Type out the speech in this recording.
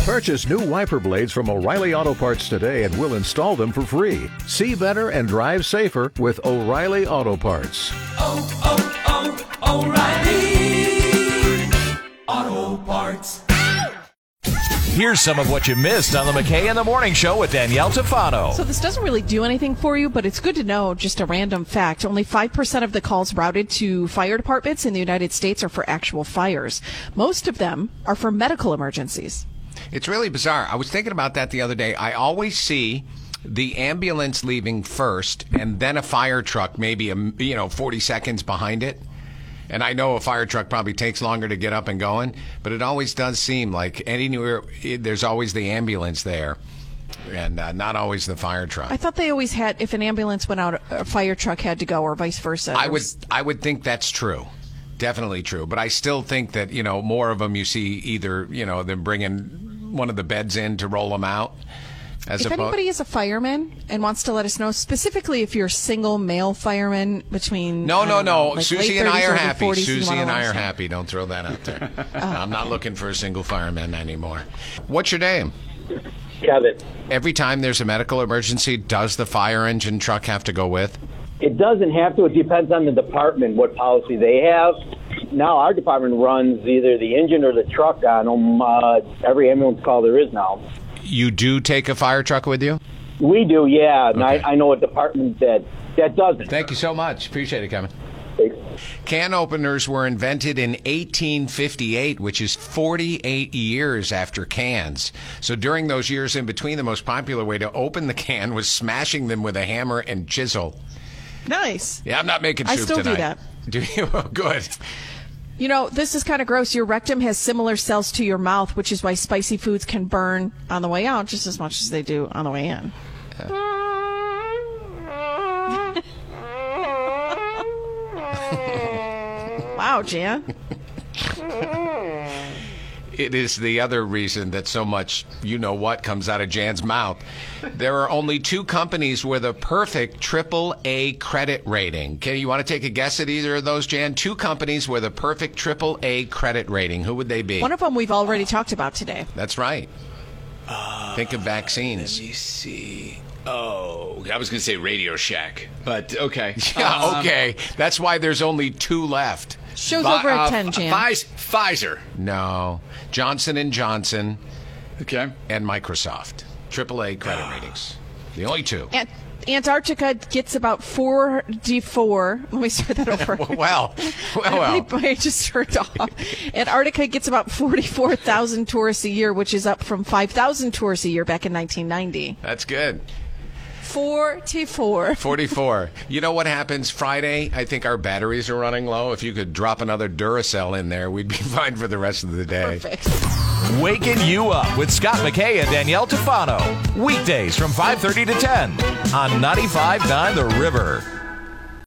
Purchase new wiper blades from O'Reilly Auto Parts today and we'll install them for free. See better and drive safer with O'Reilly Auto Parts. oh, oh, O'Reilly Auto Parts. Here's some of what you missed on the McKay in the Morning Show with Danielle Tafano. So this doesn't really do anything for you, but it's good to know just a random fact. Only 5% of the calls routed to fire departments in the United States are for actual fires. Most of them are for medical emergencies. It's really bizarre. I was thinking about that the other day. I always see the ambulance leaving first and then a fire truck maybe um, you know 40 seconds behind it. And I know a fire truck probably takes longer to get up and going, but it always does seem like anywhere it, there's always the ambulance there and uh, not always the fire truck. I thought they always had, if an ambulance went out, a fire truck had to go or vice versa. I would I would think that's true. Definitely true. But I still think that, you know, more of them you see either, you know, them bringing one of the beds in to roll them out. As If oppo- anybody is a fireman and wants to let us know, specifically if you're a single male fireman between No, I no, don't know, no. like Susie late and I 30s, are early happy. 40s, you Susie wanna Oh. and let I us are know. happy. Don't throw that out there. I'm not looking for a single fireman anymore. What's your name? Kevin. Every time there's a medical emergency, does the fire engine truck have to go with? It doesn't have to. It depends on the department what policy they have. Now our department runs either the engine or the truck on 'em, Uh, every ambulance call there is now. You do take a fire truck with you? We do, yeah. And Okay. I, I know a department that that doesn't. Thank you so much. Appreciate it, Kevin. Thanks. Can openers were invented in 1858, which is 48 years after cans. So during those years in between, the most popular way to open the can was smashing them with a hammer and chisel. Nice. Yeah, I'm not making I soup still do tonight. that. do you? Oh, good. You know, this is kind of gross. Your rectum has similar cells to your mouth, which is why spicy foods can burn on the way out just as much as they do on the way in. wow, Jan. It is the other reason that so much you know what comes out of Jan's mouth. There are only two companies with a perfect triple A credit rating. Okay, you want to take a guess at either of those, Jan? Two companies with a perfect triple A credit rating. Who would they be? One of them we've already talked about today. That's right. Think of vaccines. You see. Oh, I was going to say Radio Shack, but okay. Yeah, Um, okay. That's why there's only two left. Show's Vi- over at uh, 10, Jan. Pfiz- Pfizer. No, Johnson and Johnson Okay. and Microsoft. Triple A credit ratings. The only two. Ant- Antarctica gets about 4D4. Let me start that over. Well, well, I well. believe I just turned off. Antarctica gets about 44,000 tourists a year, which is up from 5,000 tourists a year back in 1990. That's good. 44. 44. You know what happens Friday? I think our batteries are running low. If you could drop another Duracell in there, we'd be fine for the rest of the day. Perfect. Waking you up with Scott McKay and Danielle Tafano. Weekdays from 5.30 to 10 on 95.9 The River.